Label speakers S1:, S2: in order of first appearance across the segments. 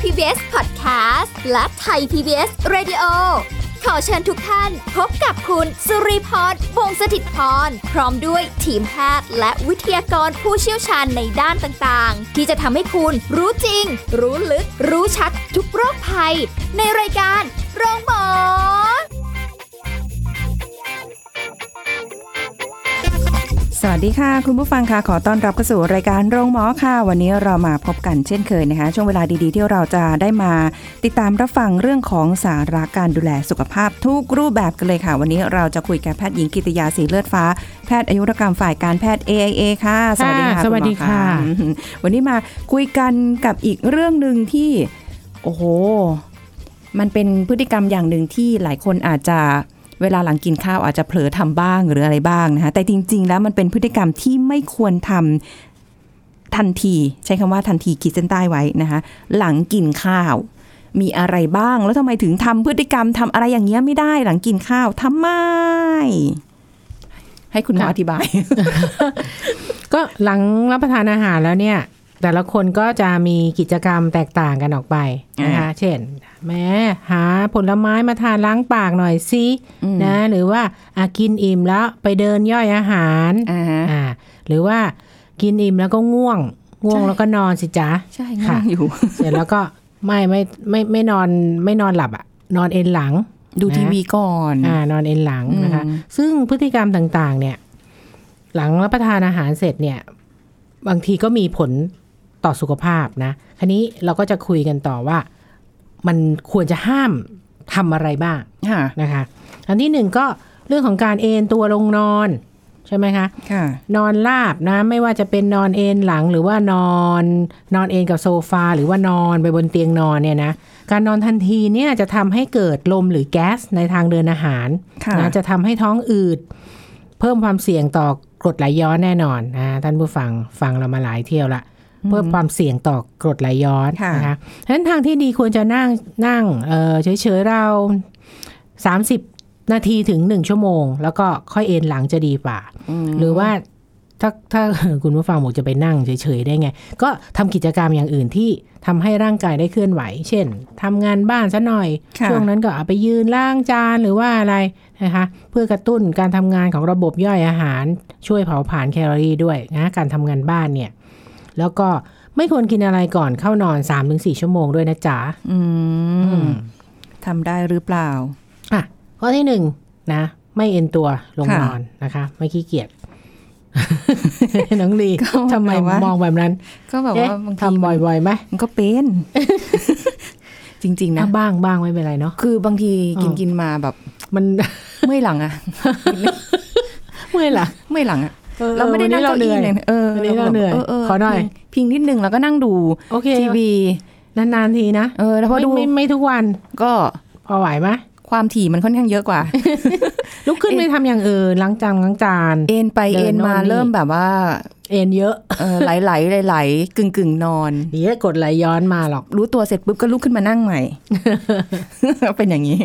S1: PBS Podcast และไทย PBS Radio ขอเชิญทุกท่านพบกับคุณสุริพรวงศสถิตพร พร้อมด้วยทีมแพทย์และวิทยากรผู้เชี่ยวชาญในด้านต่างๆ ที่จะทำให้คุณรู้จริง รู้ลึก รู้ชัดทุกโรคภัย ในรายการโรงพยาบาล
S2: สวัสดีค่ะ คุณผู้ฟังค่ะ ขอต้อนรับเข้าสู่รายการโรงหมอค่ะ วันนี้เรามาพบกันเช่นเคยนะคะ ช่วงเวลาดีๆ ที่เราจะได้มาติดตามรับฟังเรื่องของสาระการดูแลสุขภาพทุกรูปแบบกันเลยค่ะ วันนี้เราจะคุยกับแพทย์หญิงกิติยาสีเลือดฟ้า แพทย์อายุรกรรมฝ่ายการแพทย์ AIA ค่ะ สวัสดีค่ะ
S3: ค่ะสวัสดี
S2: ณหมอ
S3: ค่ะ
S2: อืมวันนี้มาคุยกันกับอีกเรื่องหนึ่งที่ โอ้โห มันเป็นพฤติกรรมอย่างหนึ่งที่หลายคนอาจจะเวลาหลังกินข้าวอาจจะเผลอทำบ้างหรืออะไรบ้างนะคะแต่จริง ๆ แล้วมันเป็นพฤติกรรมที่ไม่ควรทำทันที ใช้คำว่าทันทีขีดเส้นใต้ไว้นะคะหลังกินข้าว มีอะไรบ้าง แล้วทำไมถึงทำพฤติกรรมทำอะไรอย่างเงี้ยไม่ได้ หลังกินข้าวทำไม ให้คุณหมอ
S3: ค่ะ
S2: อธิบาย
S3: ก็หลังรับประทานอาหารแล้วเนี่ย แต่ละคนก็จะมีกิจกรรมแตกต่างกันออกไปนะคะ
S2: อ่า
S3: เช่น แม้หาผลไม้มาทานล้างปากหน่อยสินะหรือว่าอากินอิ่มแล้วไปเดินย่อยอาหาร
S2: อ่าฮะ
S3: อ่าหรือว่ากินอิ่มแล้วก็ง่วง ง่วง
S2: ใช่
S3: แล้วก็นอนสิจ๊ะ
S2: ใช่ง่วงอยู่
S3: เสร็จแล้วก็ไม่ไม่ไม่ไม่นอนไม่นอนหลับอะนอนเอนหลัง
S2: ดู
S3: นะ
S2: ทีวีก่อน
S3: อ่านอนเอนหลังนะคะ
S2: อืม
S3: ซึ่งพฤติกรรมต่างๆ เนี่ย หลังรับประทานอาหารเสร็จเนี่ย บางทีก็มีผลต่อสุขภาพนะ คราวนี้เราก็จะคุยกันต่อว่า มันควรจะห้ามทำอะไรบ้าง
S2: ค่ะ
S3: นะคะ อันที่หนึ่งก็เรื่องของการเอนตัวลงนอน ใช่ไหมคะ
S2: ค่ะ
S3: นอนราบนะไม่ว่าจะเป็นนอนเอนหลังหรือว่านอนนอนเอนกับโซฟาหรือว่านอนไปบนเตียงนอนเนี่ยนะการนอนทันทีเนี่ยจะทำให้เกิดลมหรือแก๊สในทางเดินอาหาร
S2: ค่ะ
S3: นะจะทำให้ท้องอืด เพิ่มความเสี่ยงต่อกรดไหลย้อนแน่นอนนะท่านผู้ฟังฟังเรามาหลายเที่ยวละเพิ่มความเสี่ยงต่อกรดไหลย้อน
S2: ค่ะ
S3: นะคะฉะนั้นทางที่ดีควรจะนั่งนั่งเอ่อเฉยๆเรา 30 นาทีถึง 1 ชั่วโมง แล้วก็ค่อยเอนหลังจะดีกว่า หรือว่าถ้าถ้า คุณผู้ฟังบอกจะไปนั่งเฉยๆได้ไง ก็ทำกิจกรรมอย่างอื่นที่ทำให้ร่างกายได้เคลื่อนไหว เช่นทำงานบ้านซะหน่อย
S2: ค่ะ
S3: ช่วงนั้นก็เอาไปยืนล้างจานหรือว่าอะไรนะคะ เพื่อกระตุ้นการทำงานของระบบย่อยอาหาร ช่วยเผาผลาญแคลอรี่ด้วยนะการทำงานบ้านเนี่ย แล้วก็ไม่ควรกินอะไรก่อนเข้านอน 3-4 ชั่วโมงด้วยนะจ๊ะ
S2: อื
S3: อื
S2: ม
S3: ม
S2: ทำได้หรือเปล่า
S3: อ่ะข้อที่หนึ่งนะ ไม่เอ็นตัวลง
S2: ค่ะ
S3: นอนนะคะ ไม่ขี้เกียจ น้องลี
S2: ก็
S3: ทำไม
S2: แบบว่า
S3: มองแบบนั้น
S2: ก็แบบ
S3: เอ๊ะ
S2: ว่าบางที
S3: ทำ
S2: มัน
S3: บ่อยๆไหม
S2: มันก็เป็น จริง ๆ นะ
S3: อ่ะบ้างบ้างไม่เป็นไรเนาะ
S2: คือบางที
S3: อ๋อ
S2: กินกินมาแบบ
S3: มัน
S2: เมื่อยหลังอะ
S3: เมื่อยเหรอ
S2: เมื่อยหลังอะ
S3: เออ
S2: เราไม่ได้
S3: วัน
S2: นั่ง
S3: นี้เรา
S2: เก้า
S3: เห
S2: อี้
S3: นื่อย
S2: เลยเออ
S3: วันนี้เราเหนื่อยขอหน่อย
S2: พิงพิงนิดนึงแล้วก็นั่งดู
S3: โอเค
S2: ทีวี
S3: นานๆทีนะ
S2: เออแล้วพอ
S3: ไม่
S2: ดู
S3: ไม่ไม่ทุกวัน
S2: ก็
S3: พอไหวไหม
S2: ความถี่มันค่อนข้างเยอะกว่า
S3: ลุกขึ้น
S2: เอ๊ะ
S3: ไปทำอย่างอื่นล้างจานล้างจาน
S2: เอ็นไป
S3: เดิน
S2: เอ็น
S3: โน่น
S2: มา
S3: นี่
S2: เริ่มแบบว่า
S3: เอ็นเยอะ
S2: เออไหลไหลไหลไหลๆกึ่งกึ่งๆนอน
S3: เดี๋ยวกดไหลย้อนมาหรอก
S2: รู้ตัวเสร็จปุ๊บก็ลุกขึ้นมานั่งใหม่ เป็นอย่างนี้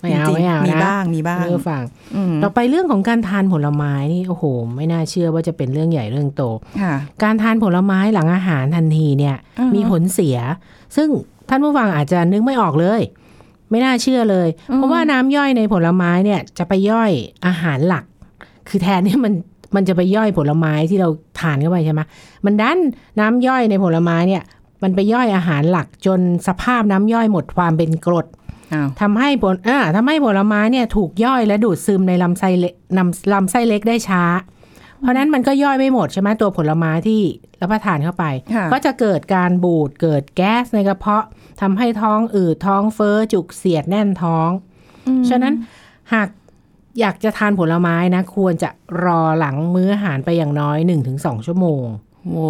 S3: ไม่เอา
S2: จริงๆ
S3: ไม่เอา
S2: มี
S3: นะ
S2: บ้างมีบ้าง
S3: เลือกฟัง
S2: อืม
S3: ต่อไปเรื่องของการทานผลไม้นี่โอ้โห ไม่น่าเชื่อว่าจะเป็นเรื่องใหญ่เรื่องโต
S2: ค่ะ
S3: การทานผลไม้หลังอาหารทันทีเนี่ย
S2: อือฮะ
S3: มีผลเสีย ซึ่งท่านผู้ฟังอาจจะนึกไม่ออกเลย ไม่น่าเชื่อเลย
S2: อืม
S3: เพราะว่าน้ำย่อยในผลไม้เนี่ยจะไปย่อยอาหารหลัก คือแทนที่มันมันจะไปย่อยผลไม้ที่เราทานเข้าไปใช่ไหมมันดันน้ำย่อยในผลไม้เนี่ย มันไปย่อยอาหารหลักจนสภาพน้ำย่อยหมดความเป็นกรด
S2: อ้าว
S3: ทำให้ผลอ่าทำให้ผลไม้เนี่ยถูกย่อยและดูดซึมในลำไส้เล็กนำลำไส้เล็กได้ช้า เพราะนั้นมันก็ย่อยไม่หมดใช่ไหมตัวผลไม้ที่รับประทานเข้าไป
S2: ค่ะ
S3: ก็จะเกิดการบูดเกิดแก๊สในกระเพาะทำให้ท้องอืดท้องเฟ้อจุกเสียดแน่นท้อง ฉะนั้นหากอยากจะทานผลไม้นะ ควรจะรอหลังมื้ออาหารไปอย่างน้อย 1-2 ชั่วโมง
S2: โห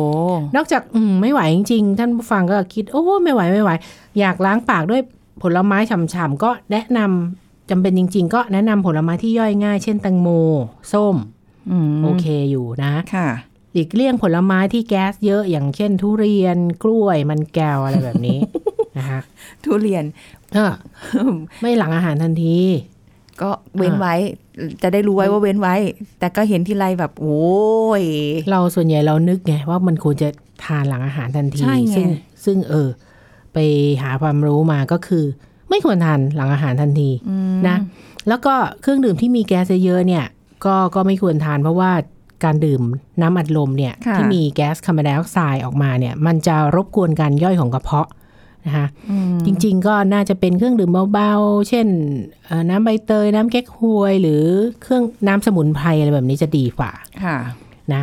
S3: นอกจากอืมไม่ไหวจริงๆ ท่านผู้ฟังก็คิด โอ้ไม่ไหวไม่ไหว อยากล้างปากด้วยผลไม้ฉ่ำๆก็แนะนำจำเป็นจริง ๆ ก็แนะนำผลไม้ที่ย่อยง่าย เช่นแตังโม ส้ม
S2: อืม
S3: โอเคอยู่นะ
S2: ค่ะ
S3: หลีกเลี่ยงผลไม้ที่แก๊สเยอะอย่างเช่น ทุเรียนกล้วย มันแก้วอะไรแบบนี้ นะคะ
S2: ทุเรียน
S3: ก็ไม่หลังอาหารทันที
S2: ก็เว้นไว้ จะได้รู้ไว้ว่าเว้นไว้ แต่ก็เห็นทีไรแบบโอ้ย
S3: เราส่วนใหญ่เรานึกไงว่ามันควรจะทานหลังอาหารทันที
S2: ใช่ไง
S3: ซึ่งซึ่งเออ ไปหาความรู้มาก็คือ ไม่ควรทานหลังอาหารทันทีนะแล้วก็เครื่องดื่มที่มีแก๊สเยอะๆเนี่ยก็ก็ไม่ควรทานเพราะว่าการดื่มน้ำอัดลมเนี่ย
S2: ค่ะ
S3: ที่มีแก๊สคาร์บอนไดออกไซด์ออกมาเนี่ยมันจะรบกวนการย่อยของกระเพาะนะคะ
S2: อืม
S3: จริงๆ ก็น่าจะเป็นเครื่องดื่มเบาๆ เช่นเอ่อน้ำใบเตย น้ำเก๊กฮวย หรือเครื่องน้ำสมุนไพรอะไรแบบนี้จะดีกว่า
S2: ค่ะ
S3: นะ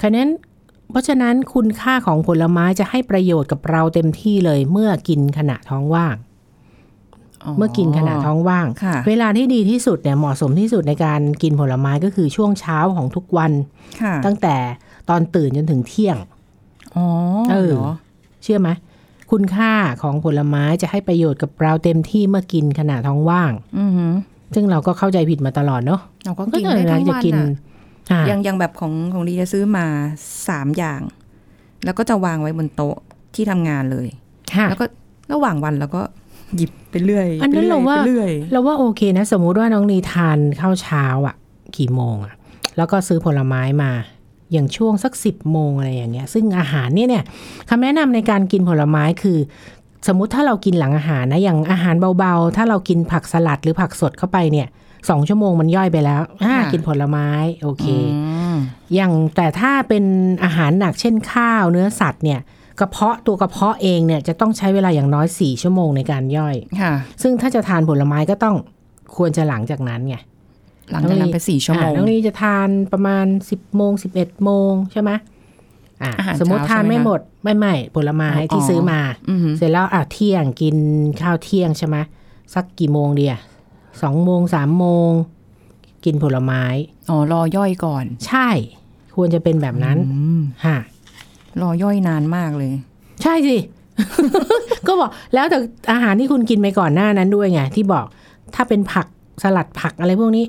S3: คะนั้นเพราะฉะนั้นคุณค่าของผลไม้จะให้ประโยชน์กับเราเต็มที่เลยเมื่อกินขณะท้องว่าง เมื่อกินขณะท้องว่าง
S2: ค่ะ
S3: เวลาที่ดีที่สุดเนี่ยเหมาะสมที่สุดในการกินผลไม้ก็คือช่วงเช้าของทุกวัน
S2: ค่ะ
S3: ตั้งแต่ตอนตื่นจนถึงเที่ยง
S2: อ๋อ
S3: เออ
S2: เหรอ
S3: เชื่อไหมคุณค่าของผลไม้จะให้ประโยชน์กับเราเต็มที่เมื่อกินขณะท้องว่าง
S2: อือหือ
S3: ซึ่งเราก็เข้าใจผิดมาตลอดเนาะ
S2: เราก็กินได้
S3: เออ
S2: ทั้ง
S3: จะ
S2: วัน
S3: กิน
S2: อะ
S3: อ่ะ
S2: ยังยังแบบของของดีจะซื้อมาสามอย่าง แล้วก็จะวางไว้บนโต๊ะที่ทำงานเลย
S3: ค่ะ
S2: แล้วก็ระหว่างวันเราก็หยิบไปเรื่อย
S3: อันนั้น
S2: ไปย
S3: เราว่า
S2: ไปเรื่อย
S3: เราว่าโอเคนะ สมมุติว่าน้องนีทานข้าวเช้าอะกี่โมงอะแล้วก็ซื้อผลไม้มา อย่างช่วงสักสิบโมงอะไรอย่างเงี้ย ซึ่งอาหารเนี่ยเนี่ยคำแนะนำในการกินผลไม้คือ สมมติถ้าเรากินหลังอาหารนะอย่างอาหารเบาๆ ถ้าเรากินผักสลัดหรือผักสดเข้าไปเนี่ยสองชั่วโมงมันย่อยไปแล้วอ่ากินผลไม้โอเค
S2: ม
S3: อย่างแต่ถ้าเป็นอาหารหนักเช่นข้าวเนื้อสัตว์เนี่ยกระเพาะตัวกระเพาะเองเนี่ยจะต้องใช้เวลาอย่างน้อย 4 ชั่วโมงในการย่อย
S2: ค่ะ
S3: ซึ่งถ้าจะทานผลไม้ก็ต้องควรจะหลังจากนั้นไง
S2: หลังจากนั้นไปสี่ชั่วโมง
S3: อ่ะน้องลีจะทานประมาณ 10โมง11โมงใช่ไหมอ่ะ
S2: อาหาร
S3: สมมติ
S2: เช้า
S3: ทาน
S2: ใช่ไหม
S3: ไม่
S2: คะ
S3: หมดไม่ไม่ผลไม้
S2: อ๋อ
S3: ที่ซื้อมา
S2: อือหือ
S3: เสร็จแล้วอ่ะเที่ยงกินข้าวเที่ยงใช่ไหมสักกี่โมงเดียสองโมงสามโมง กินผลไม้
S2: อ๋อรอย่อยก่อน
S3: ใช่ ควรจะเป็นแบบนั้น
S2: อืม
S3: ฮะ
S2: รอย่อยนานมากเลย
S3: ใช่สิ ก็บอกแล้วแต่อาหารที่คุณกินไปก่อนหน้านั้นด้วยไงที่บอกถ้าเป็นผักสลัดผักอะไรพวกนี้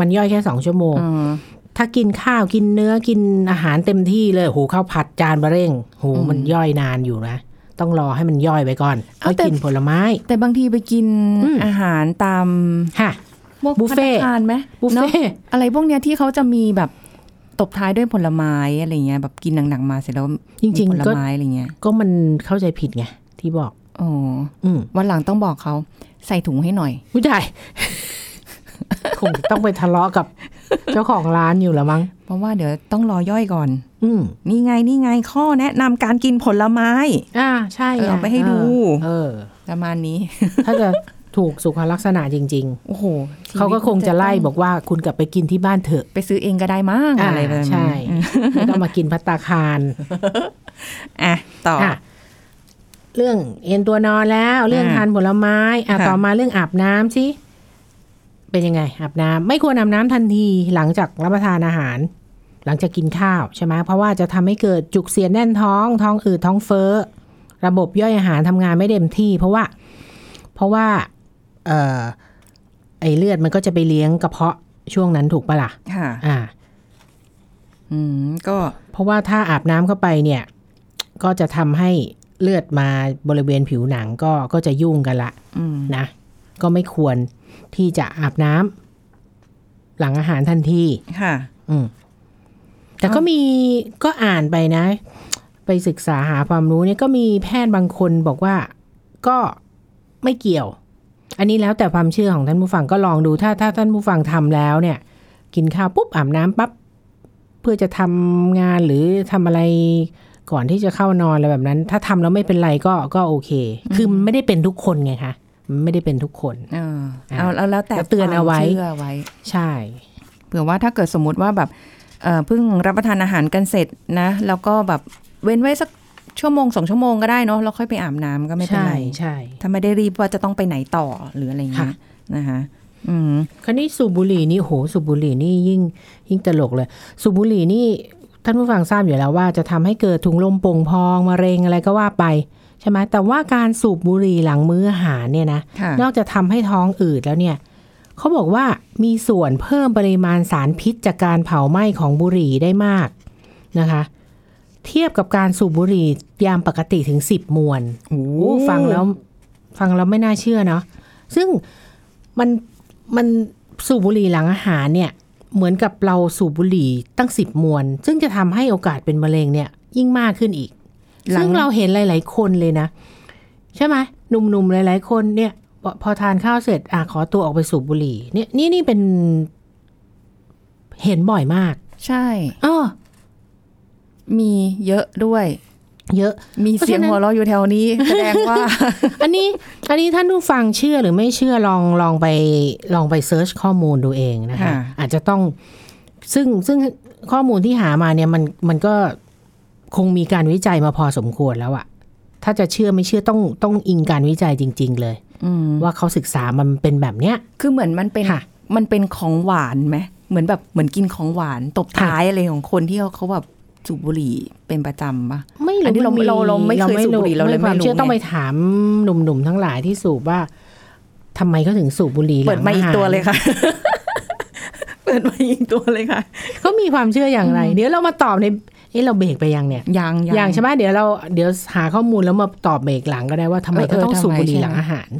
S3: มันย่อยแค่สองชั่วโมง
S2: อ๋อ
S3: ถ้ากินข้าวกินเนื้อกินอาหารเต็มที่เลยโหข้าวผัดจานบะเร่งโห
S2: อืม
S3: มันย่อยนานอยู่นะ ต้องรอให้มันย่อยไปก่อนค่อยกินผลไม้
S2: แต่บางทีไปกิน
S3: อืม
S2: อาหารตาม
S3: ฮะ
S2: พวก
S3: บุฟเฟ่ต์
S2: ภัตตาคารไหม
S3: บุฟ
S2: เนอะ
S3: เฟ่ต์
S2: อะไรพวกเนี้ยที่เขาจะมีแบบตบท้ายด้วยผลไม้อะไรเงี้ยแบบกินหนักๆมาเสร็จแล้ว
S3: จริง
S2: มีผล
S3: ๆก็
S2: ไม้อะไรเงี้ย
S3: ก็มันเข้าใจผิดไงที่บอก
S2: โอ้
S3: อืม
S2: วันหลังต้องบอกเขาใส่ถุงให้หน่อย
S3: ผู้ชาย คงต้องไปทะเลาะกับ เจ้าของร้านอยู่ละมั้ง
S2: เพราะว่าเดี๋ยวต้องรอย่อยก่อน
S3: อืม
S2: นี่ไงนี่ไงข้อแนะนำการกินผลไม้
S3: อ่าใช่
S2: เออ
S3: อ่ะ
S2: เอาไปให้ดู
S3: เออ
S2: ประมาณนี้
S3: ถ้าจะถูกสุขลักษณะจริง
S2: โอ้โห
S3: ๆ เขาก็คงจะไล่
S2: ต้
S3: บอกว่าคุณกลับไปกินที่บ้านเถอะ
S2: ไปซื้อเองก็ได้มั้งอะไรแบบ
S3: อ่า
S2: นี้
S3: ใช่ไม่ต้องมากินพัตตาคาร
S2: อ่ะต่อ
S3: อ่ะเรื่องเอนตัวนอนแล้วเรื่อง
S2: อ่า
S3: ทานผลไม้อ่ะ
S2: ค่ะ
S3: ต่อมาเรื่องอาบน้ำสิเป็นยังไงอาบน้ำไม่ควรอาบน้ำทันทีหลังจากรับประทานอาหาร หลังจากกินข้าวใช่ไหมเพราะว่าจะทำให้เกิดจุกเสียดแน่นท้องท้องอืดท้องเฟ้อ ระบบย่อยอาหารทำงานไม่เต็มที่ เพราะว่า เพราะว่า เอ่อไอเลือดมันก็จะไปเลี้ยงกระเพาะช่วงนั้นถูกปะล่ะ
S2: ค่ะ
S3: อ่า
S2: อืมก็
S3: เพราะว่าถ้าอาบน้ำเข้าไปเนี่ย ก็จะทำให้เลือดมาบริเวณผิวหนังก็ก็จะยุ่งกันละ
S2: อืม
S3: นะ ก็ไม่ควรที่จะอาบน้ำหลังอาหารทันที
S2: ค่ะ
S3: อืมแต่ก็มีก็อ่านไปนะ ไปศึกษาหาความรู้เนี่ยก็มีแพทย์บางคนบอกว่าก็ไม่เกี่ยว อันนี้แล้วแต่ความเชื่อของท่านผู้ฟังก็ลองดูถ้าถ้าท่านผู้ฟังทำแล้วเนี่ย กินข้าวปุ๊บอาบน้ำปั๊บเพื่อจะทำงานหรือทำอะไรก่อนที่จะเข้านอนอะไรแบบนั้น ถ้าทำแล้วไม่เป็นไรก็ก็โอเค คือมันไม่ได้เป็นทุกคนไงคะมันไม่ได้เป็นทุกคน
S2: เออเอาเอาแล้วแต่
S3: ก็เตือนเอาไว้
S2: ควมชื่อไว้
S3: ใช่
S2: เผื่อว่าถ้าเกิดสมมติว่าแบบเอ่อเพิ่งรับประทานอาหารกันเสร็จนะ แล้วก็แบบเว้นไว้สักชั่วโมงสองชั่วโมงก็ได้เนาะแล้วค่อยไปอาบน้ำก็ไม่เป็นไร
S3: ใช่
S2: ถ้าไม่ได้รีบว่าจะต้องไปไหนต่อหรืออะไรอย่างเงี้ย
S3: ค่ะ
S2: นะคะอืม
S3: คราวนี้สูบบุหรี่นี่โหสูบบุหรี่นี่ยิ่งยิ่งตลกเลย สูบบุหรี่นี่ท่านผู้ฟังทราบอยู่แล้วว่าจะทำให้เกิดถุงลมโป่งพองมะเร็งอะไรก็ว่าไปใช่ไหมแต่ว่าการสูบบุหรี่หลังมื้ออาหารเนี่ยนะ
S2: ค่ะ
S3: นอกจากทำให้ท้องอืดแล้วเนี่ยเขาบอกว่ามีส่วนเพิ่มปริมาณสารพิษจากการเผาไหม้ของบุหรี่ได้มากนะคะ เทียบกับการสูบบุหรี่ยามปกติถึง 10 มวน
S2: โอ้
S3: โอ้ฟังแล้วฟังแล้วไม่น่าเชื่อเนาะซึ่งมันมันสูบบุหรี่หลังอาหารเนี่ย เหมือนกับเราสูบบุหรี่ตั้งสิบมวน ซึ่งจะทำให้โอกาสเป็นมะเร็งเนี่ยยิ่งมากขึ้นอีก
S2: หลั
S3: ซึ่
S2: ง
S3: งเราเห็นหลาย ๆ คนเลยนะ ใช่ไหมหนุ่มๆหลายๆคนเนี่ยพอพอทานข้าวเสร็จอ่ะขอตัวออกไปสูบบุหรี่เนี่ยนี่นี่เป็นเห็นบ่อยมาก
S2: ใช่
S3: เออ
S2: มีเยอะด้วย
S3: เยอะ
S2: มีเสียงหัวเราะอยู่แถว นี้ แสดงว่า
S3: อันนี้อันนี้ท่านผู้ฟังเชื่อหรือไม่เชื่อลองลองไปลองไปเซิร์ชข้อมูลดูเองนะคะ
S2: ค่ะ
S3: อาจจะต้องซึ่งซึ่งข้อมูลที่หามาเนี่ยมันมันก็คงมีการวิจัยมาพอสมควรแล้วอะถ้าจะเชื่อไม่เชื่อต้องต้องอิงการวิจัยจริง ๆ เลย
S2: อืม
S3: ว่าเขาศึกษามันเป็นแบบเนี้ย
S2: คือเหมือนมันเป็น
S3: ค่ะ
S2: มันเป็นของหวานไหมเหมือนแบบเหมือนกินของหวานตบท้ายอะไรของคนที่เขาเขาแบบสูบบุหรี่เป็นประจำปะ อันนี้เราไม่เราเราไม่เคยสูบบุหรี่เราเลยไม่รู้
S3: ควชื่อ
S2: ไง
S3: ต้องไปถามหนุ่มๆทั้งหลายที่สูบว่าทำไมเขาถึงสูบบุหรี่ห
S2: เปิ
S3: ลั
S2: ด
S3: ง
S2: มาอีก
S3: หร
S2: ตัวเลยค่ะ เปิดมาอีกตัวเลยค่ะ
S3: เขามีความเชื่ออย่างไร เดี๋ยวเรามาตอบในเอ้เราเบรกไปยังเนี่ย
S2: ยัง
S3: อย่างใช่ไหมเดี๋ยวเราเดี๋ยวหาข้อมูลแล้วมาตอบเบรกหลังก็ได้ว่าทำไมเขาต้องสูบบุหรี่หลังอาหาร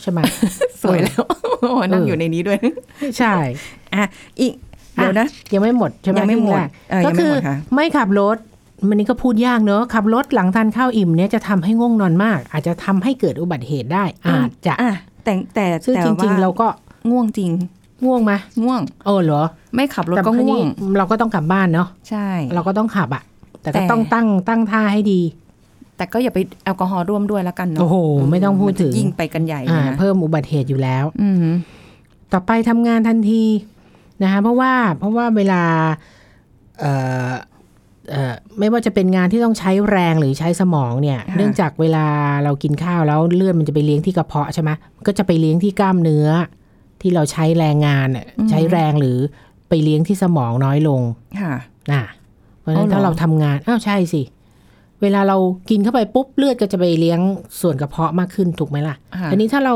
S3: ใช่ไหม
S2: สวยแล้วโอ้นั่งอยู่ในนี้ด้วย
S3: ใช่
S2: อ่ะ อีก เดี๋ยวนะ
S3: ยังไม่หมดใช่ไหม
S2: ยังไม่หมดเออ
S3: ก็
S2: ยังไม่
S3: คื
S2: ห
S3: อ
S2: มดค่ะ
S3: ไม่ขับรถมันนี้ก็พูดยากเนอะขับรถหลังทานข้าวอิ่มเนี่ยจะทำให้ง่วงนอนมาก อาจจะทำให้เกิดอุบัติเหตุได้ อาจจะ
S2: อ่ะแต่แต่
S3: ซึ่ง
S2: แต่
S3: จริง
S2: ว่
S3: ๆ เราก็
S2: ง่วงจริง
S3: ง่วงไหม
S2: ง่วง
S3: เออเหรอ
S2: ไม่ขับรถ
S3: แต่
S2: ก็
S3: คราว
S2: ง่ว
S3: นี้
S2: ง
S3: เราก็ต้องกลับบ้านเนาะ
S2: ใช่
S3: เราก็ต้องขับอะแต่ก็
S2: แต่
S3: ต้องตั้งตั้งท่าให้ดี
S2: แต่ก็อย่าไปแอลกอฮอล์ร่วมด้วยแล้วกันเนาะ
S3: โอ้โหไม่ต้องพูดถึง
S2: มันจะยิ่งไปกันใหญ่เล
S3: อ่าย
S2: นะ
S3: เพิ่มอุบัติเหตุอยู่แล้ว
S2: อืม
S3: ต่อไปทำงานทันทีนะคะเพราะว่าเพราะว่าเวลาเอ่อเอ่อไม่ว่าจะเป็นงานที่ต้องใช้แรงหรือใช้สมองเนี่ย เนื่องจากเวลาเรากินข้าวแล้วเลือดมันจะไปเลี้ยงที่กระเพาะใช่ไหมมันก็จะไปเลี้ยงที่กล้ามเนื้อ ที่เราใช้แรงงานน่ะใช้แรงหรือไปเลี้ยงที่สมองน้อยลง
S2: ค่ะ
S3: นะเพราะฉะนั้น
S2: เอาเหรอ
S3: ถ้าเราทำงานอ้าวใช่สิ เวลาเรากินเข้าไปปุ๊บเลือดก็จะไปเลี้ยงส่วนกระเพาะมากขึ้นถูกไหมล่ะ
S2: ค่ะ
S3: อันนี้ถ้าเรา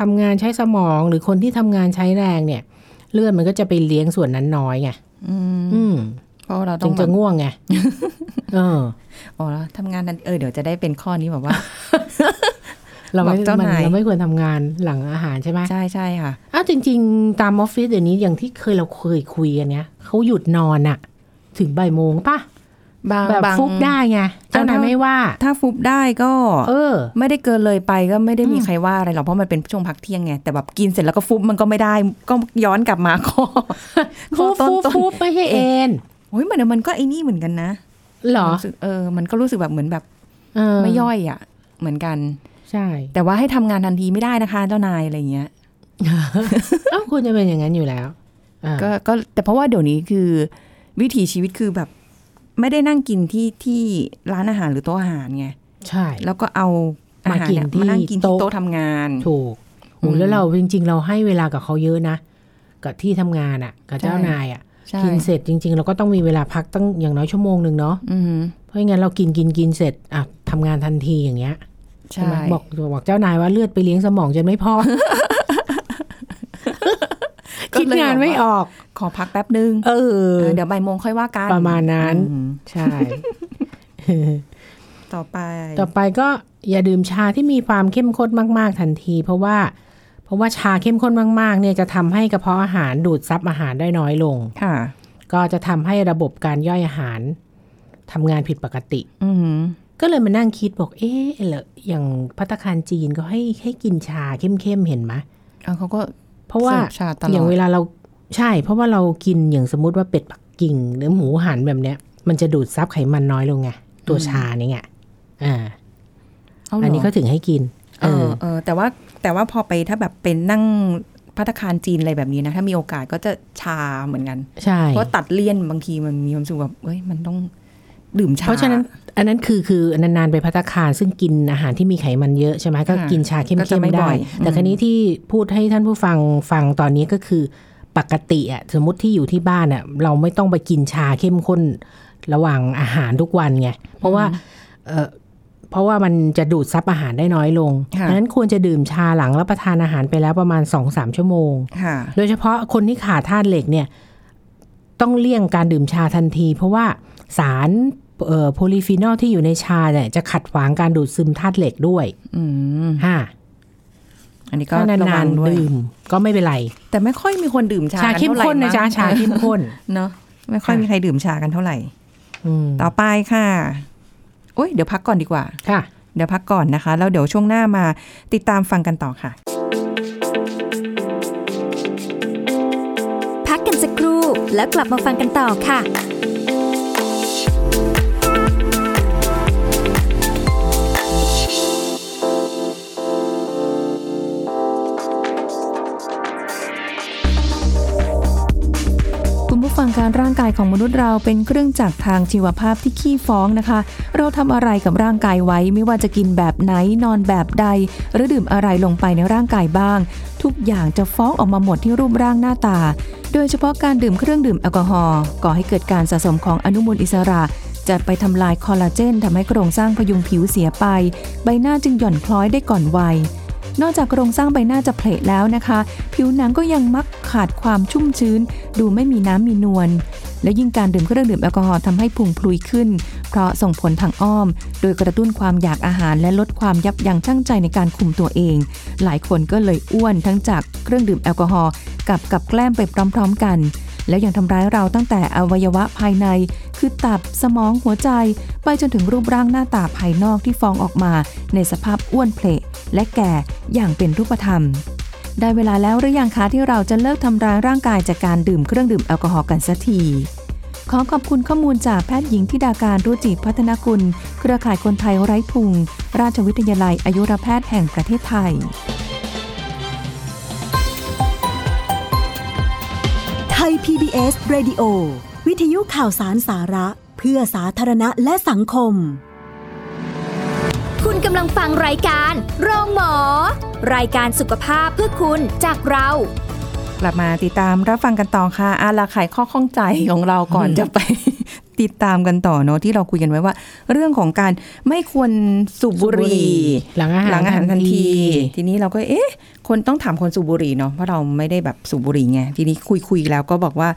S3: ทำงานใช้สมองหรือคนที่ทำงานใช้แรงเนี่ย เลือดมันก็จะไปเลี้ยงส่วนนั้นน้อยไง
S2: อืม
S3: อืม
S2: เพราะเราต้
S3: จึ
S2: องงแบ
S3: จะ
S2: บ
S3: ง่วงไง เออ
S2: อ๋อแล้วทำงานนั้นเออเดี๋ยวจะได้เป็นข้อนี้แบบว่า
S3: เราไม่
S2: บอกเจ้า
S3: มัน
S2: นาย
S3: เราไม่ควรทำงานหลังอาหารใช่ไหม
S2: ใช่ใช่ค่ะ
S3: อ้าวจริง ๆ ตามออฟฟิศเดี๋ยวนี้อย่างที่เคยเราเคยคุยกันเนี้ยเขาหยุดนอนอะถึงบ่ายโมงป่ะ
S2: บาง
S3: แบบ
S2: บาง
S3: ฟุบได้ไง
S2: อ้าวน
S3: เจ้าาย
S2: ถ้า
S3: ไม่ว่า
S2: ถ้าฟุบได้ก็
S3: เออ
S2: ไม่ได้เกินเลยไปก็ไม่ได้มี
S3: อืม
S2: ใครว่าอะไรหรอกเพราะมันเป็นช่วงพักเที่ยงไงแต่แบบกินเสร็จแล้วก็ฟุบมันก็ไม่ได้ ก็ย้อนกลับมา ข้อข้
S3: ฟุ
S2: อบ ต้น
S3: ฟุบ
S2: ต้น
S3: ฟุบไม่ใช่เอ็น
S2: โอ้ยมันมันก็ไอ้นี่เหมือนกันนะ
S3: เหรอ
S2: รู้สึกเออมันก็รู้สึกแบบเหมือนแบบ
S3: เออ
S2: ไม่ย่อยอ่ะ เหมือนกัน
S3: ใช่
S2: แต่ว่าให้ทำงานทันทีไม่ได้นะคะเจ้านายอะไรเงี้ย
S3: เอ้าควรจะเป็นอย่างนั้นอยู่แล้วอ่า
S2: ก็ก็แต่เพราะว่าเดี๋ยวนี้คือวิถีชีวิตคือแบบ ไม่ได้นั่งกินที่ที่ร้านอาหารหรือโต๊ะอาหารไง
S3: ใช่
S2: แล้วก็เอาอาหารเนี่ย
S3: มากินที่
S2: มานั่งกินที่
S3: โต๊ะ
S2: โต๊ะทำงาน
S3: ถูกโห
S2: อืม
S3: แล้วเราจริง ๆ เราให้เวลากับเขาเยอะนะ กับที่ทำงานอะ่ะ กับเจ้า
S2: ใช่
S3: นายอะ่ะ
S2: ใช่
S3: กินเสร็จจริง ๆ เราก็ต้องมีเวลาพักตั้งอย่างน้อยชั่วโมงหนึ่งเนาะ
S2: อืม
S3: เพราะงั้นเรากินกินกินเสร็จอ่ะทำงานทันทีอย่างเงี้ย
S2: ใช่
S3: ไหมบอกบอกเจ้านายว่าเลือดไปเลี้ยงสมองจนไม่พ อ คิดงานไม่ออก
S2: ขอพักแป๊บนึง
S3: เออ
S2: เออเดี๋ยวบ่ายโมงค่อยว่ากัน
S3: ประมาณนั้น
S2: อืม
S3: ใช่
S2: ต่อไป
S3: ต่อไปก็อย่าดื่มชาที่มีความเข้มข้นมาก ๆ ทันที เพราะว่า เพราะว่าชาเข้มข้นมาก ๆ เนี่ยจะทำให้กระเพาะอาหารดูดซับอาหารได้น้อยลง
S2: ค่ะ
S3: ก็จะทำให้ระบบการย่อยอาหารทำงานผิดปกติ
S2: อืม
S3: ก็เลยมานั่งคิดบอก เอ๊ะเหรออย่างพัตตาคารจีนก็ให้ให้กินชาเข้มๆเห็นไหมย
S2: เอาเขาก็
S3: เพราะว่า
S2: สิฟชาตลอด
S3: อย่างเวลาเราใช่ เพราะว่าเรากินอย่างสมมติว่าเป็ดปักกิ่งหรือหมูหันแบบเนี้ย มันจะดูดซับไขมันน้อยลงไงตัวชานี่ไงอ่า
S2: เาเหร
S3: อันนี้ก็ถึงให้กิน
S2: เออเออแต่ว่าแต่ว่าพอไปถ้าแบบเป็นนั่งพัตตาคารจีนอะไรแบบนี้นะถ้ามีโอกาสก็จะชาเหมือนกัน
S3: ใช่
S2: เพราะตัดเลี่ยนบางทีมันมีความสุขแบบเอ้ยมันต้องดื่มชา
S3: เพราะฉะนั้นอันนั้นคือคือนานๆไปพัตตาคารซึ่งกินอาหารที่มีไขมันเยอะใช่ไหมก็
S2: ค่ะ
S3: กินชาเข้
S2: ก็จะ
S3: ม
S2: ไม่
S3: ๆ
S2: บ่
S3: ได้
S2: อย
S3: แต่
S2: อืม
S3: ครั้นี้ที่พูดให้ท่านผู้ฟังฟังตอนนี้ก็คือปกติอะสมมติที่อยู่ที่บ้านอะเราไม่ต้องไปกินชาเข้มข้นระหว่างอาหารทุกวันไงเพราะว่าเออเพราะว่ามันจะดูดซับอาหารได้น้อยลง
S2: ค่ะ
S3: ดังนั้นควรจะดื่มชาหลังรับประทานอาหารไปแล้วประมาณ2อสามชั่วโมง
S2: ค่ะ
S3: โดยเฉพาะคนที่ขาดธาตุเหล็กเนี่ยต้องเลี่ยงการดื่มชาทันที เพราะว่าสารโพลีฟีนอลที่อยู่ในชาเนี่ยจะขัดขวางการดูดซึมธาตุเหล็กด้วย
S2: อืม
S3: ฮะ
S2: อันนี้ก็
S3: ถ้า
S2: ระ
S3: นา
S2: วันงด้
S3: ๆ
S2: วย
S3: ดื่มก็ไม่เป็นไร
S2: แต่ไม่ค่อยมีคนดื่มชา
S3: ชา
S2: กัน
S3: เข้ม
S2: เท่าไหร่
S3: ข้นนะ
S2: มั้ง
S3: จ๊ะชาเข้มข้น
S2: เนอะไม่ค่อย
S3: ค่ะ
S2: มีใครดื่มชากันเท่าไหร่
S3: อืม
S2: ต่อไปค่ะโอ้ยเดี๋ยวพักก่อนดีกว่า
S3: ค่ะ
S2: ดี๋ยวพักก่อนนะคะ แล้วเดี๋ยวช่วงหน้ามาติดตามฟังกันต่อค่ะ
S1: พักกันสักครู่แล้วกลับมาฟังกันต่อค่ะ
S2: คุณผู้ฟังการร่างกายของมนุษย์เราเป็นเครื่องจักรทางชีวภาพที่ขี้ฟ้องนะคะ เราทำอะไรกับร่างกายไว้ไม่ว่าจะกินแบบไหนนอนแบบใด หรือดื่มอะไรลงไปในร่างกายบ้าง ทุกอย่างจะฟ้องออกมาหมดที่รูปร่างหน้าตา โดยเฉพาะการดื่มเครื่องดื่มแอลกอฮอล์ก่อให้เกิดการสะสมของอนุมูลอิสระ จะไปทำลายคอลลาเจนทำให้โครงสร้างพยุงผิวเสียไป ใบหน้าจึงหย่อนคล้อยได้ก่อนวัย นอกจากโครงสร้างใบหน้าจะเพลทแล้วนะคะ ผิวหนังก็ยังมักขาดความชุ่มชื้น ดูไม่มีน้ำมีนวลและยิ่งการดื่มเครื่องดื่มแอลกอฮอล์ทำให้พุงพลุยขึ้น เพราะส่งผลทางอ้อม โดยกระตุ้นความอยากอาหารและลดความยับยั้งชั่งใจในการคุมตัวเอง หลายคนก็เลยอ้วนทั้งจากเครื่องดื่มแอลกอฮอล์กับกับแกล้มไปพร้อมๆกัน แล้วยังทำร้ายเราตั้งแต่อวัยวะภายใน คือตับสมองหัวใจ ไปจนถึงรูปร่างหน้าตาภายนอกที่ฟองออกมา ในสภาพอ้วนเพลและแก่อย่างเป็นรูปธรรม ได้เวลาแล้วหรือยังคะที่เราจะเลิกทำร้ายร่างกายจากการดื่มเครื่องดื่มแอลกอฮอล์กันสักที ขอขอบคุณข้อมูลจากแพทย์หญิงทิดาการรุจิพัฒนกุล เครือข่ายคนไทยไร้พุง ราชวิทยาลัยอายุรแพทย์แห่งประเทศไทย
S4: ไทย PBS Radio วิทยุข่าวสารสาระ เพื่อสาธารณะและสังคม
S1: คุณกำลังฟังรายการโรงหมอ รายการสุขภาพเพื่อคุณจากเรา
S2: กลับมาติดตามรับฟังกันต่อค่ะอาลาไขข้อข้องใจของเราก่อนจะไป ติดตามกันต่อเนาะที่เราคุยกันไว้ว่า เรื่องของการไม่ควรสูบบุหรี่
S3: หลังอาหาร
S2: หลังอาหารทันที ทีนี้เราก็เอ๊ะ คนต้องถามคนสูบบุหรี่เนาะเพราะเราไม่ได้แบบสูบบุหรี่ไงทีนี้คุยคุยแล้วก็บอกว่า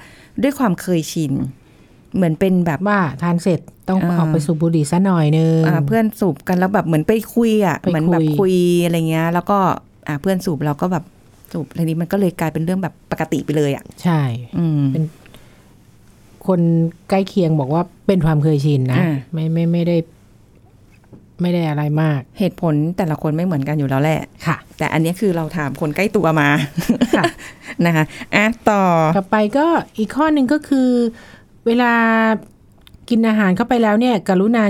S2: ด้วยความเคยชิน เหมือนเป็นแบบ
S3: ว่าทานเสร็จต้อง
S2: อ่า
S3: ออกไปสูบบุหรี่ซะหน่อยนึง
S2: อ่าเพื่อนสูบกันแล้วแบบเหมือนไปคุยอ่ะ
S3: ไปคุย
S2: เหมือนแบบคุยอะไรเงี้ย แล้วก็อ่าเพื่อนสูบเราก็แบบสูบทีนี้มันก็เลยกลายเป็นเรื่องแบบปกติไปเลยอ่ะ
S3: ใช่
S2: อืม
S3: เป็น คนใกล้เคียงบอกว่าเป็นความเคยชินนะ
S2: อ่า
S3: ไม่ไม่ไม่ได้ ไม่ได้อะไรมาก
S2: เหตุผลแต่ละคนไม่เหมือนกันอยู่แล้วแหละ
S3: ค่ะ
S2: แต่อันเนี้ยคือเราถามคนใกล้ตัวมา
S3: ค่ะ
S2: นะคะอ่ะต่อ
S3: ต่อไปก็อีกข้อหนึ่งก็คือ เวลากินอาหารเข้าไปแล้วเนี่ย กรุณา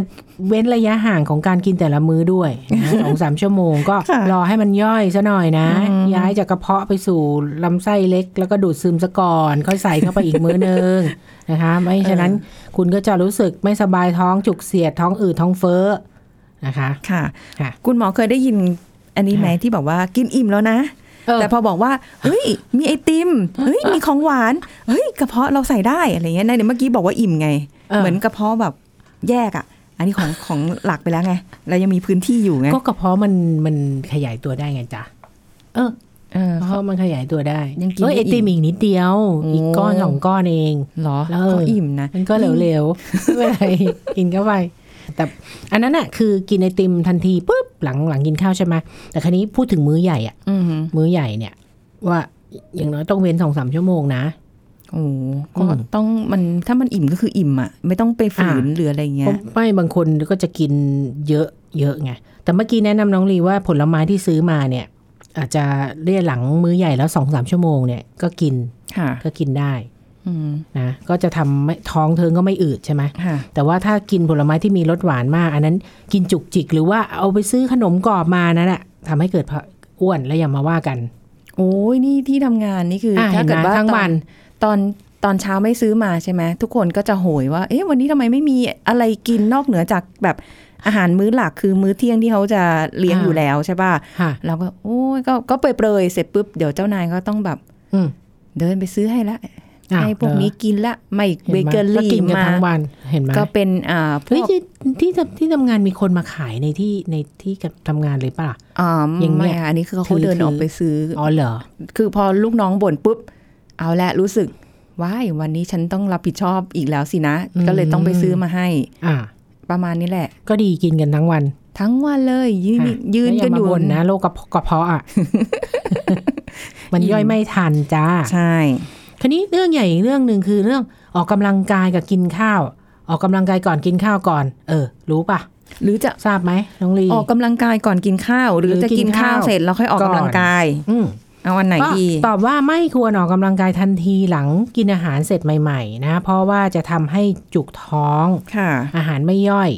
S3: เว้นระยะห่างของการกินแต่ละมื้อด้วยนะ สองสามชั่วโมงก็
S2: ค่ะ
S3: รอให้มันย่อยซะหน่อยนะ
S2: อืม
S3: ย้ายจากกระเพาะไปสู่ลำไส้เล็ก แล้วก็ดูดซึมซะก่อน ค่อยใส่เข้าไปอีกมื้อหนึง นะคะ ไม่ฉะนั้นคุณก็จะรู้สึกไม่สบายท้องจุกเสียดท้องอืดท้องเฟ้อนะคะ
S2: ค่ะ
S3: ค่ะ
S2: คุณหมอเคยได้ยินอันนี้ไหมที่บอกว่ากินอิ่มแล้วนะ
S3: เออ
S2: แต่พอบอกว่าเฮ้ย มีไอติมเฮ้ยมีของหวานเฮ้ยกระเพาะเราใส่ได้อะไรเงี้ยนะเดี๋ยวเมื่อกี้บอกว่าอิ่มไง
S3: เออ
S2: เหมือนกระเพาะแบบแยกอ่ะ อันนี้ของของหลักไปแล้วไงเรายังมีพื้นที่อยู่ไง
S3: ก็กระเพาะมันมันขยายตัวได้ไงจ๊ะเออ
S2: เออ
S3: เพราะมันขยายตัวได้
S2: ยังกิน
S3: เอ้ย
S2: ได้
S3: ไอ
S2: อีก
S3: ติมอีกนิดเดียว
S2: โอ้
S3: อีกก้อนสองก้อนเอง
S2: เหรอ
S3: เออ
S2: ก็อิ่มนะ
S3: มันก็เหลวๆ ไม่เป็นไรกินเข้าไป แต่อันนั้นอะคือกินไอติมทันทีปุ๊บหลังหลังกินข้าวใช่ไหมแต่คราวนี้พูดถึงมื้อใหญ่อะ
S2: อืม
S3: มื้อใหญ่เนี่ย ว่าอย่างน้อยต้องเว้นสองสามชั่วโมงนะ
S2: โอ้
S3: อื
S2: ก็
S3: ม
S2: ต้องมันถ้ามันอิ่มก็คืออิ่มอ่ะ ไม่ต้องไปฝืน
S3: อ่ะ
S2: หรืออะไรเงี้
S3: เพ
S2: ย
S3: ราะไม่บางคนก็จะกินเยอะเยอะไงแต่เมื่อกี้แนะนำน้องลีว่าผลไม้ที่ซื้อมาเนี่ย อาจจะเรียกหลังมื้อใหญ่แล้วสองสามชั่วโมงเนี่ยก็กิน
S2: ค่ะ
S3: ก็กินได้
S2: อืม
S3: นะก็จะทำให้ท้องเธอก็ไม่อืดใช่ไหม
S2: ค่ะ
S3: แต่ว่าถ้ากินผลไม้ที่มีรสหวานมาก อันนั้นกินจุกจิกหรือว่าเอาไปซื้อขนมกรอบมานั่นแหละทำให้เกิดอ้วนแล้วอย่ามาว่ากัน
S2: โอ้ยนี่ที่ทำงานนี่คือ
S3: อ่ะ
S2: ถ้า
S3: เห็น
S2: เกิด
S3: ไหม
S2: ว่า
S3: ทั้ง
S2: ตอ
S3: วันน
S2: ตอนตอนเช้าไม่ซื้อมาใช่ไหมทุกคนก็จะโหยว่า เอ๊ะวันนี้ทำไมไม่มีอะไรกินนอกเหนือจากแบบอาหารมื้อหลักคือมื้อเที่ยงที่เขาจะเลี้ยงอยู่แล้วใช่ป่ะ
S3: ค่ะ
S2: เราก็โอ้ยก็ก็เปรยๆเสร็จปุ๊บเดี๋ยวเจ้านายก็ต้องแบบ
S3: อืม
S2: เดินไปซื้อให้ละ
S3: อ้า
S2: ให้พวกนี้กินละไม่
S3: ห็นไห
S2: เบ
S3: ม
S2: เกอ
S3: แล้ว
S2: รี่
S3: กินกัน
S2: มา
S3: ทั้งวันเห็นไหม
S2: ก็เป็นอ่าพ
S3: เฮ้ยว
S2: ก
S3: ที่ที่ทำที่ทำงานมีคนมาขายในที่ในที่กับทำงานเลยป่ะ
S2: อ่า
S3: อย่างเงี้
S2: ไม่
S3: ย
S2: อะอันนี้คือ
S3: ถื
S2: เขา
S3: อ
S2: เดิน
S3: ถือ
S2: ออกไปซื้อ
S3: อ๋อเหรอ
S2: คือพอลูกน้องบ่นปุ๊บ เอาละรู้สึกว้ายวันนี้ฉันต้องรับผิดชอบอีกแล้วสินะ
S3: อืม
S2: ก็เลยต้องไปซื้อมาให้
S3: อ่า
S2: ประมาณนี้แหละ
S3: ก็ดีกินกันทั้งวัน
S2: ทั้งวันเลย ยืน
S3: ค่ะ
S2: ยืน
S3: แล้ว
S2: กันอ
S3: อา
S2: ยู่
S3: มาบ่นะโรคกระเพาะกระเพาะ อ่ะ มันย่อยไม่ทันจ้า
S2: ใช่
S3: คราวนี้เรื่องใหญ่อีกเรื่องหนึ่งคือเรื่องออกกำลังกายกับกินข้าว ออกกำลังกายก่อนกินข้าวก่อน เออ รู้ปะ
S2: หรือจะ
S3: ทราบไหมน้องลี
S2: ออกกำลังกายก่อนกินข้าว หรือ
S3: หรือ
S2: จะกินข้าว
S3: กินข้าว
S2: เสร็จแล้วค่อยออกกำลังกาย
S3: อืม
S2: เอาอันไหน
S3: ก็
S2: ดี
S3: ตอบว่าไม่ควรออกกำลังกายทันทีหลังกินอาหารเสร็จใหม่ ๆ นะ เพราะว่าจะทำให้จุกท้อง
S2: ค่ะ
S3: อาหารไม่ย่อย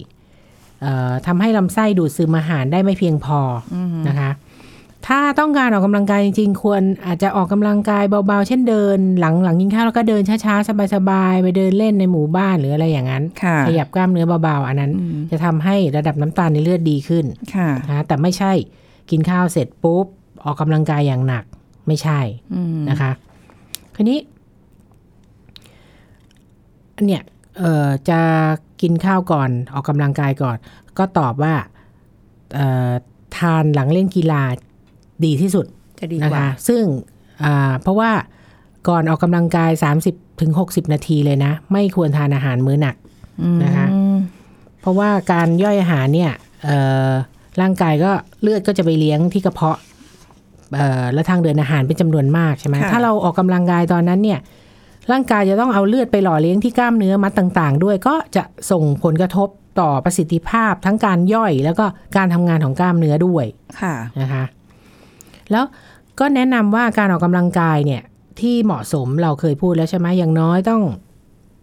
S3: เออทำให้ลำไส้ดูดซึมอาหารได้ไม่เพียงพออนะคะ ถ้าต้องการออกกำลังกายจริงๆ ควรอาจจะออกกำลังกายเบาๆ เช่นเดิน หลังหลังกินข้าวแล้วก็เดินช้าๆ สบายๆ ไปเดินเล่นในหมู่บ้านหรืออะไรอย่างนั้น
S2: ค่ะ
S3: ขยับกล้ามเนื้อเบาๆ อันนั้น จะทำให้ระดับน้ำตาลในเลือดดีขึ้น
S2: ค่ะ
S3: นะแต่ไม่ใช่กินข้าวเสร็จปุ๊บ ออกกำลังกายอย่างหนักไม่ใช่
S2: อืม
S3: นะคะคันนี้เนี่ยเอ่อจะกินข้าวก่อนออกกำลังกายก่อน ก็ตอบว่าเอ่อทานหลังเล่นกีฬาดีที่สุด
S2: จะดี
S3: นะ
S2: กว่า
S3: คะซึ่งอ่าเพราะว่าก่อนออกกำลังกาย 30ถึง60 นาทีเลยนะ ไม่ควรทานอาหารมื้อหนักนะคะ เพราะว่าการย่อยอาหารเนี่ยเอ่อร่างกายก็เลือดก็จะไปเลี้ยงที่กระเพาะเอ่อและทางเดินอาหารเป็นจำนวนมากใช่ไหม
S2: ค่ะ
S3: ถ้าเราออกกำลังกายตอนนั้นเนี่ยร่างกายจะต้องเอาเลือดไปหล่อเลี้ยงที่กล้ามเนื้อมัดต่าง ๆ ด้วยก็จะส่งผลกระทบต่อประสิทธิภาพทั้งการย่อยแล้วก็การทำงานของกล้ามเนื้อด้วย
S2: ค่ะ
S3: นะคะแล้วก็แนะนำว่าการออกกำลังกายเนี่ยที่เหมาะสมเราเคยพูดแล้วใช่ไหมอย่างน้อยต้อง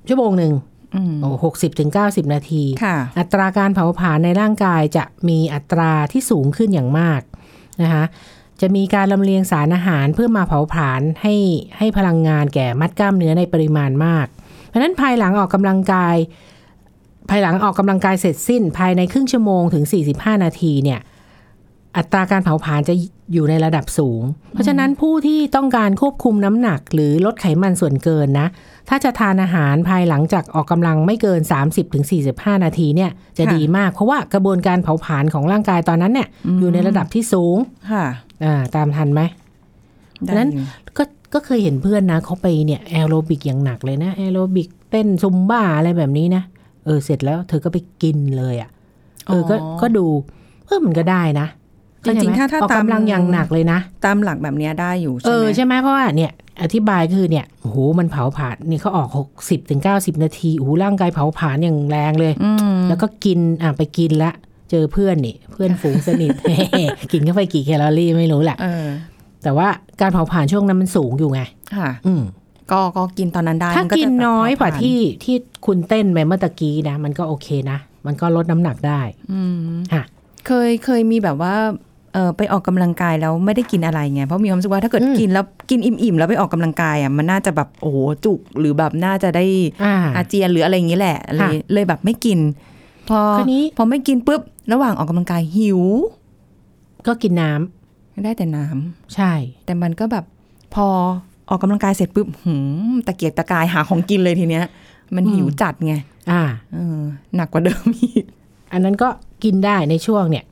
S3: ชั่วโมงหนึ่ง
S2: อืม
S3: โอ้หกสิบถึงเก้าสิบนาที
S2: ค่ะ
S3: อัตราการเผาผลาญในร่างกายจะมีอัตราที่สูงขึ้นอย่างมากนะคะจะมีการลำเลียงสารอาหารเพื่อมาเผาผลาญให้ให้พลังงานแก่มัดกล้ามเนื้อในปริมาณมาก เพราะฉะนั้นภายหลังออกกำลังกาย ภายหลังออกกำลังกายเสร็จสิ้น ภายในครึ่งชั่วโมงถึง 45 นาทีเนี่ยอัตราการเผาผลาญจะอยู่ในระดับสูง เพราะฉะนั้นผู้ที่ต้องการควบคุมน้ำหนักหรือลดไขมันส่วนเกินนะ ถ้าจะทานอาหารภายหลังจากออกกำลังไม่เกิน 30-45 นาทีเนี่ยจะ
S2: ค่ะ
S3: ดีมาก เพราะว่ากระบวนการเผาผลาญของร่างกายตอนนั้นเนี่ยอยู่ในระดับที่สูง
S2: ค่ะ
S3: อ่าตามทันไหม
S2: ได้
S3: นั้น
S2: อยู่
S3: ก็ก็เคยเห็นเพื่อนนะเขาไปเนี่ยแอโรบิกอย่างหนักเลยนะแอโรบิกเต้นซุมบ้าอะไรแบบนี้นะเออเสร็จแล้วเธอก็ไปกินเลยอะ่ะเออก็ก็ดูเออมันก็ได้นะ
S2: จริง
S3: เข้
S2: ๆ
S3: ใจไหม
S2: ถ้าถ้า
S3: ออก
S2: ตาม
S3: กำลังอย่างหนักเลยนะ
S2: ตามหลักแบบเนี้ยได้อยู่
S3: เอ
S2: ใช่
S3: อ
S2: ไหม
S3: ใช่ไหมเพราะว่าเนี่ยอธิบายคือเนี่ยโอ้โหมันเผาผลาญเนี่ยเขาออก 60ถึง90 นาทีโอ้โหร่างกายเผาผลาญอย่างแรงเลย
S2: อืม
S3: แล้วก็กินอ่ะไปกินละเจอเพื่อนนี่เพื่อนฝูงสนิท กินเข้าไปกี่แคลอรี่ไม่รู้แหละ
S2: เออ
S3: แต่ว่าการเผาผลาญช่วงนั้นมันสูงอยู่ไง
S2: ค่ะ
S3: อืม
S2: ก็ก็กินตอนนั้นได้
S3: ถ้า
S2: มัจะ
S3: กินน้อยกว่า
S2: เผผลญ
S3: ที่ที่คุณเต้นไปเมื่อตะกี้นะ มันก็โอเคนะ มันก็ลดน้ำหนักได้
S2: อืม
S3: ค่ะ
S2: เคยเคยมีแบบว่าเออไปออกกำลังกายแล้วไม่ได้กินอะไรไงเพราะมีความรู้สึกว่าถ้าเกิด
S3: อืม
S2: กินแล้วกินอิ่มๆแล้วไปออกกำลังกายอ่ะมันน่าจะแบบโอ้โหจุกหรือแบบน่าจะได้
S3: อ่า
S2: อาเจียนหรืออะไรอย่างนี้แหละเล
S3: ค่ะ
S2: ยเลยแบบไม่กิน พอ
S3: คราวนี้
S2: พอไม่กินปุ๊บระหว่างออกกำลังกายหิว
S3: ก็กินน้ำ
S2: ได้แต่น้ำ
S3: ใช่
S2: แต่มันก็แบบพอออกกำลังกายเสร็จปุ๊บหืมตะเกียกตะกายหาของกินเลยทีเนี้ย มัน
S3: อืม
S2: หิวจัดไง
S3: อ่า
S2: เออหนักกว่าเดิมอีก
S3: อันนั้นก็กินได้ในช่วงเนี่ย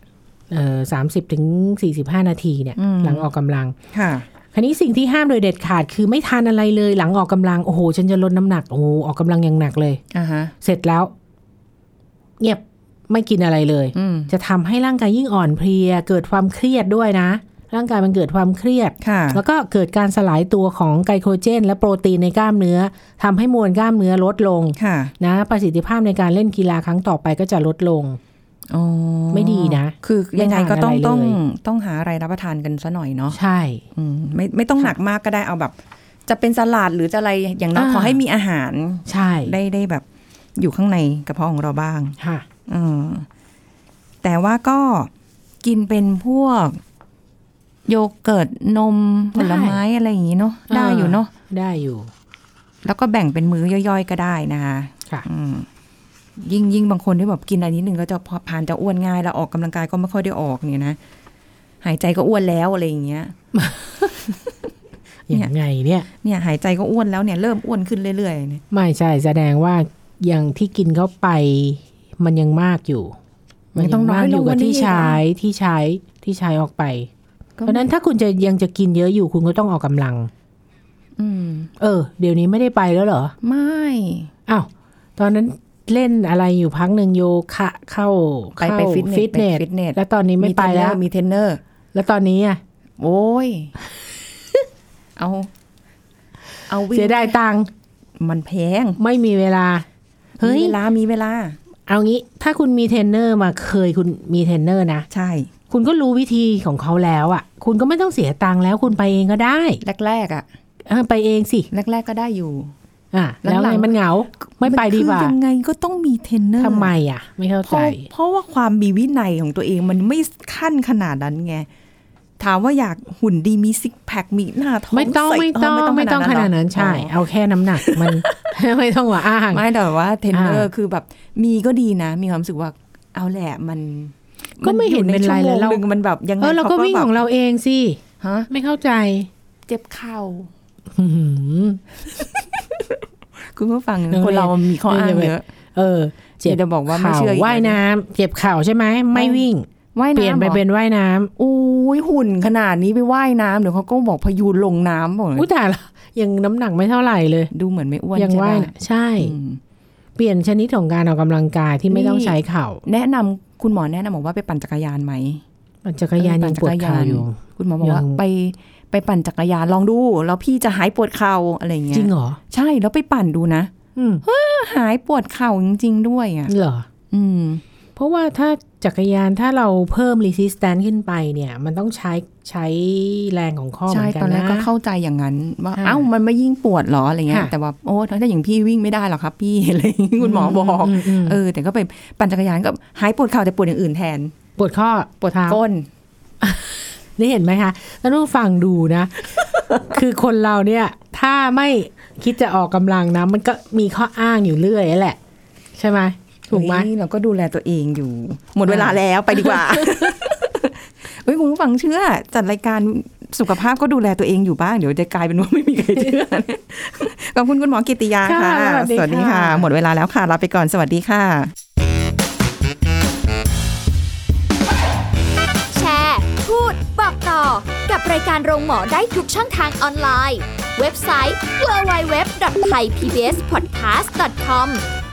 S3: เออสามสิบถึงสี่สิบห้านาทีเนี่ย หลังออกกำลัง
S2: ค่ะ
S3: คราวนี้สิ่งที่ห้ามโดยเด็ดขาดคือไม่ทานอะไรเลยหลังออกกำลังโอ้โห ฉันจะลดน้ำหนักโอ้โหออกกำลังอย่างหนักเลย
S2: อ่าฮะ
S3: เสร็จแล้ว เงียบไม่กินอะไรเลย
S2: อืม
S3: จะทำให้ร่างกายยิ่งอ่อนเพลีย เกิดความเครียดด้วยนะ ร่างกายมันเกิดความเครียด
S2: ค่ะ
S3: แล้วก็เกิดการสลายตัวของไกลโคเจน และโปรตีนในกล้ามเนื้อทำให้มวลกล้ามเนื้อลดลง
S2: ค่ะ
S3: นะประสิทธิภาพในการเล่นกีฬาครั้งต่อไปก็จะลดลง
S2: อ๋อ
S3: ไม่ดีนะ
S2: คือ
S3: ไม่
S2: ยังไง
S3: ทาน
S2: ก็ต้อง
S3: อะไรเลย
S2: ต้องต้องหาอะไรรับประทานกันซะหน่อยเนาะ
S3: ใช่
S2: อืมไม่ไม่ต้องหนักมากก็ได้เอาแบบ จะเป็นสลัดหรือจะอะไรอย่างน้อย
S3: อ่า
S2: ขอให้มีอาหาร
S3: ใช่
S2: ได้ได้แบบ อยู่ข้างในกระเพาะของเราบ้าง
S3: ค่ะ
S2: อมแต่ว่าก็กินเป็นพวก โยเกิร์ตนมผลไม้อะไรอย่างนี้เนาะได้อยู่เนาะ
S3: ได้อยู่
S2: แล้วก็แบ่งเป็นมื้อย่อยๆก็ได้นะคะ
S3: ค่ะ
S2: อืมยิ่งยิ่งบางคนที่แบบกินอะไรนิดนึงก็จะพอผ่านจะอ้วนง่าย แล้วออกกำลังกายก็ไม่ค่อยได้ออกเนี่ยนะ หายใจก็อ้วนแล้วอะไรอย่างเงี้ย เนี่ย
S3: อย่างไงเนี่ย
S2: เนี่ยหายใจก็อ้วนแล้วเนี่ยเริ่มอ้วนขึ้นเรื่อยๆเนี่ย
S3: ไม่ใช่แสดงว่าอย่างที่กินเข้าไป มันยังมากอยู่
S2: ต้องน้
S3: มา
S2: อย
S3: ก
S2: ล
S3: องยู่
S2: ก
S3: กั
S2: ว่า
S3: บ
S2: นี้
S3: ที่ใช้ที่ใช้ที่ใช้ออกไป
S2: ก็
S3: เพราะฉะนั้นถ้าคุณจะยังจะกินเยอะอยู่คุณก็ต้องออกกำลัง
S2: อืม
S3: เออ เดี๋ยวนี้ไม่ได้ไปแล้วเหรอ
S2: ไม่
S3: อ้าวตอนนั้นเล่นอะไรอยู่พักหนึ่งโยคะเข้า
S2: ไปไป
S3: เข้า
S2: ฟิตเนสไป
S3: ส
S2: ฟิตเนส
S3: แล้วตอนนี้ไม่ไปแล้ว
S2: มีเทรนเนอร์
S3: แล้วตอนนี้อ่ะ
S2: โอ้ย เอา เอาวิ่ง
S3: เสียดายตังค์
S2: มันแพง
S3: ไม่มีเวลา เฮ้ย
S2: มีเวลามีเวลา
S3: เอางี้ ถ้าคุณมีเทรนเนอร์มาเคยคุณมีเทรนเนอร์นะ
S2: ใช่
S3: คุณก็รู้วิธีของเขาแล้วอะ่ะ คุณก็ไม่ต้องเสียตังค์แล้วคุณไปเองก็ได้
S2: แรกๆอ่ะ
S3: เออไปเองสิ
S2: แรก ๆ ก็ได้อยู่
S3: อ่ะ แล้ว
S2: หลั
S3: ไง
S2: งๆ
S3: มันเหงา ไม่ไปดีกว่า
S2: คือยังไงก็ต้องมีเทรนเนอร์
S3: ทำไมอ่ะ ไม่เข้า
S2: เพ
S3: ใจ
S2: ราะเพราะว่าความมีวินัยของตัวเองมันไม่ขั้นขนาดนั้นไง ถามว่าอยากหุ่นดีมีซิกแพคมีหน้าท้อง
S3: ไม่ต้อง
S2: ใส
S3: ไม่ต้อง
S2: เ
S3: ไม่ต้องขนาดนั้
S2: ห
S3: น
S2: รก
S3: ใช่
S2: อ๋อ
S3: เอาแค่น้ำหนักมัน ไม่ต้องว่าอ้าง
S2: ไม่แต่ว่าเทรนเนอร์
S3: อ่า
S2: คือแบบมีก็ดีนะ มีความรู้สึกว่าเอาแหละมัน
S3: ก็ไม่เห็นเป็นไรแล้ว
S2: เรา
S3: เรา
S2: งมันแบบยังไง
S3: เออเราก็
S2: ข
S3: วิ่งของ
S2: แบบ
S3: เราเองสิ
S2: ฮะ
S3: ไม่เข้าใจ
S2: เจ็บเข่า
S3: อื้อหือ
S2: คุณผู้ฟัง
S3: เออ
S2: คนเรามันมีข้ออ้าง
S3: เออ
S2: เยอะ
S3: เออเจ็บ
S2: เดี๋ยวบอกว่าไม่เชื่ออีก
S3: ข่ว่ายน้ำเจ็บเข่าใช่ไหมไม่วิ่ง
S2: ว่าย
S3: เป
S2: น้ำ
S3: ลี่ยนไป
S2: หรอ
S3: เป็นว่ายน้ำ
S2: โอ้ยหุ่นขนาดนี้ไปว่ายน้ำเดี๋ยวเขาก็บอกพยูนลงน้ำบอกเลย
S3: อุ้ยแต่ละยังน้ำหนักไม่เท่าไหร่เลย
S2: ดูเหมือนไม่อ้วน
S3: ยัง
S2: ใช่ไหม
S3: ว่ายน่ะใช่ เปลี่ยนชนิดของการออกกำลังกายที่ไม่ต้องใช้เข่า
S2: แนะนำคุณหมอแนะนำบอกว่าไปปั่นจักรยานไหม
S3: ปั่นจักรยาน
S2: เออปั่
S3: ยั
S2: น
S3: ง
S2: จั
S3: ปว
S2: ก
S3: ด
S2: รยาน
S3: เข่าอยู่
S2: คุณหมอบอกว่า
S3: ยัง
S2: ไปไปปั่นจักรยานลองดู แล้วพี่จะหายปวดเข่าอะไรอย่างเงี้ย
S3: จริงเหรอ
S2: ใช่แล้วไปปั่นดูนะ
S3: อืม
S2: หายปวดเข่าจริง ๆ ด้วยอ่ะ
S3: เหรอ
S2: อืม
S3: เพราะว่าถ้าจักรยานถ้าเราเพิ่ม resistance ขึ้นไปเนี่ย มันต้องใช้ใช้แรงของข้อเห
S2: ใช่
S3: มือนกั
S2: ตอนนแรก
S3: นะ
S2: ก็เข้าใจอย่างนั้น ว่า
S3: อ่า
S2: เอ้ามันไม่ยิ่งปวดเหรออะไรเงี้ย
S3: ค่ะ
S2: แต่ว่าโอ้ถ้าอย่างพี่วิ่งไม่ได้หรอกครับ พี่ อะไรอย่างงี้คุณหมอบอก
S3: ม
S2: เออ แต่ก็ไปปั่นจักรยานก็หายปวดเข่าแต่ปวดอย่างอื่นแทน
S3: ปวดข้อปวดเท้า
S2: ก้น
S3: นี่เห็นไหมคะท่านผู้ฟังดูนะ คือคนเราเนี่ย ถ้าไม่คิดจะออกกำลังนะ มันก็มีข้ออ้างอยู่เรื่อยแหละ ใช่ไหมถูกไหม
S2: เฮ้ยเราก็ดูแลตัวเองอยู่ หมดเวลา
S3: อ่า
S2: แล้วไปดีกว่า เฮ้ยคุณผู้ฟังเชื่อ จัดรายการสุขภาพก็ดูแลตัวเองอยู่บ้าง เดี๋ยวจะกลายเป็นว่าไม่มีใครเชื่อ นะขอบคุณคุณหมอกิติยาค่ะ
S3: ค่ะสวัสดีค่ะ
S2: หมดเวลาแล้วค่ะลาไปก่อนสวัสดีค่ะ
S1: แชร์ พูด บอกต่อ กับรายการโรงหมอได้ทุกช่องทางออนไลน์ เว็บไซต์ www.thaipbspodcast.com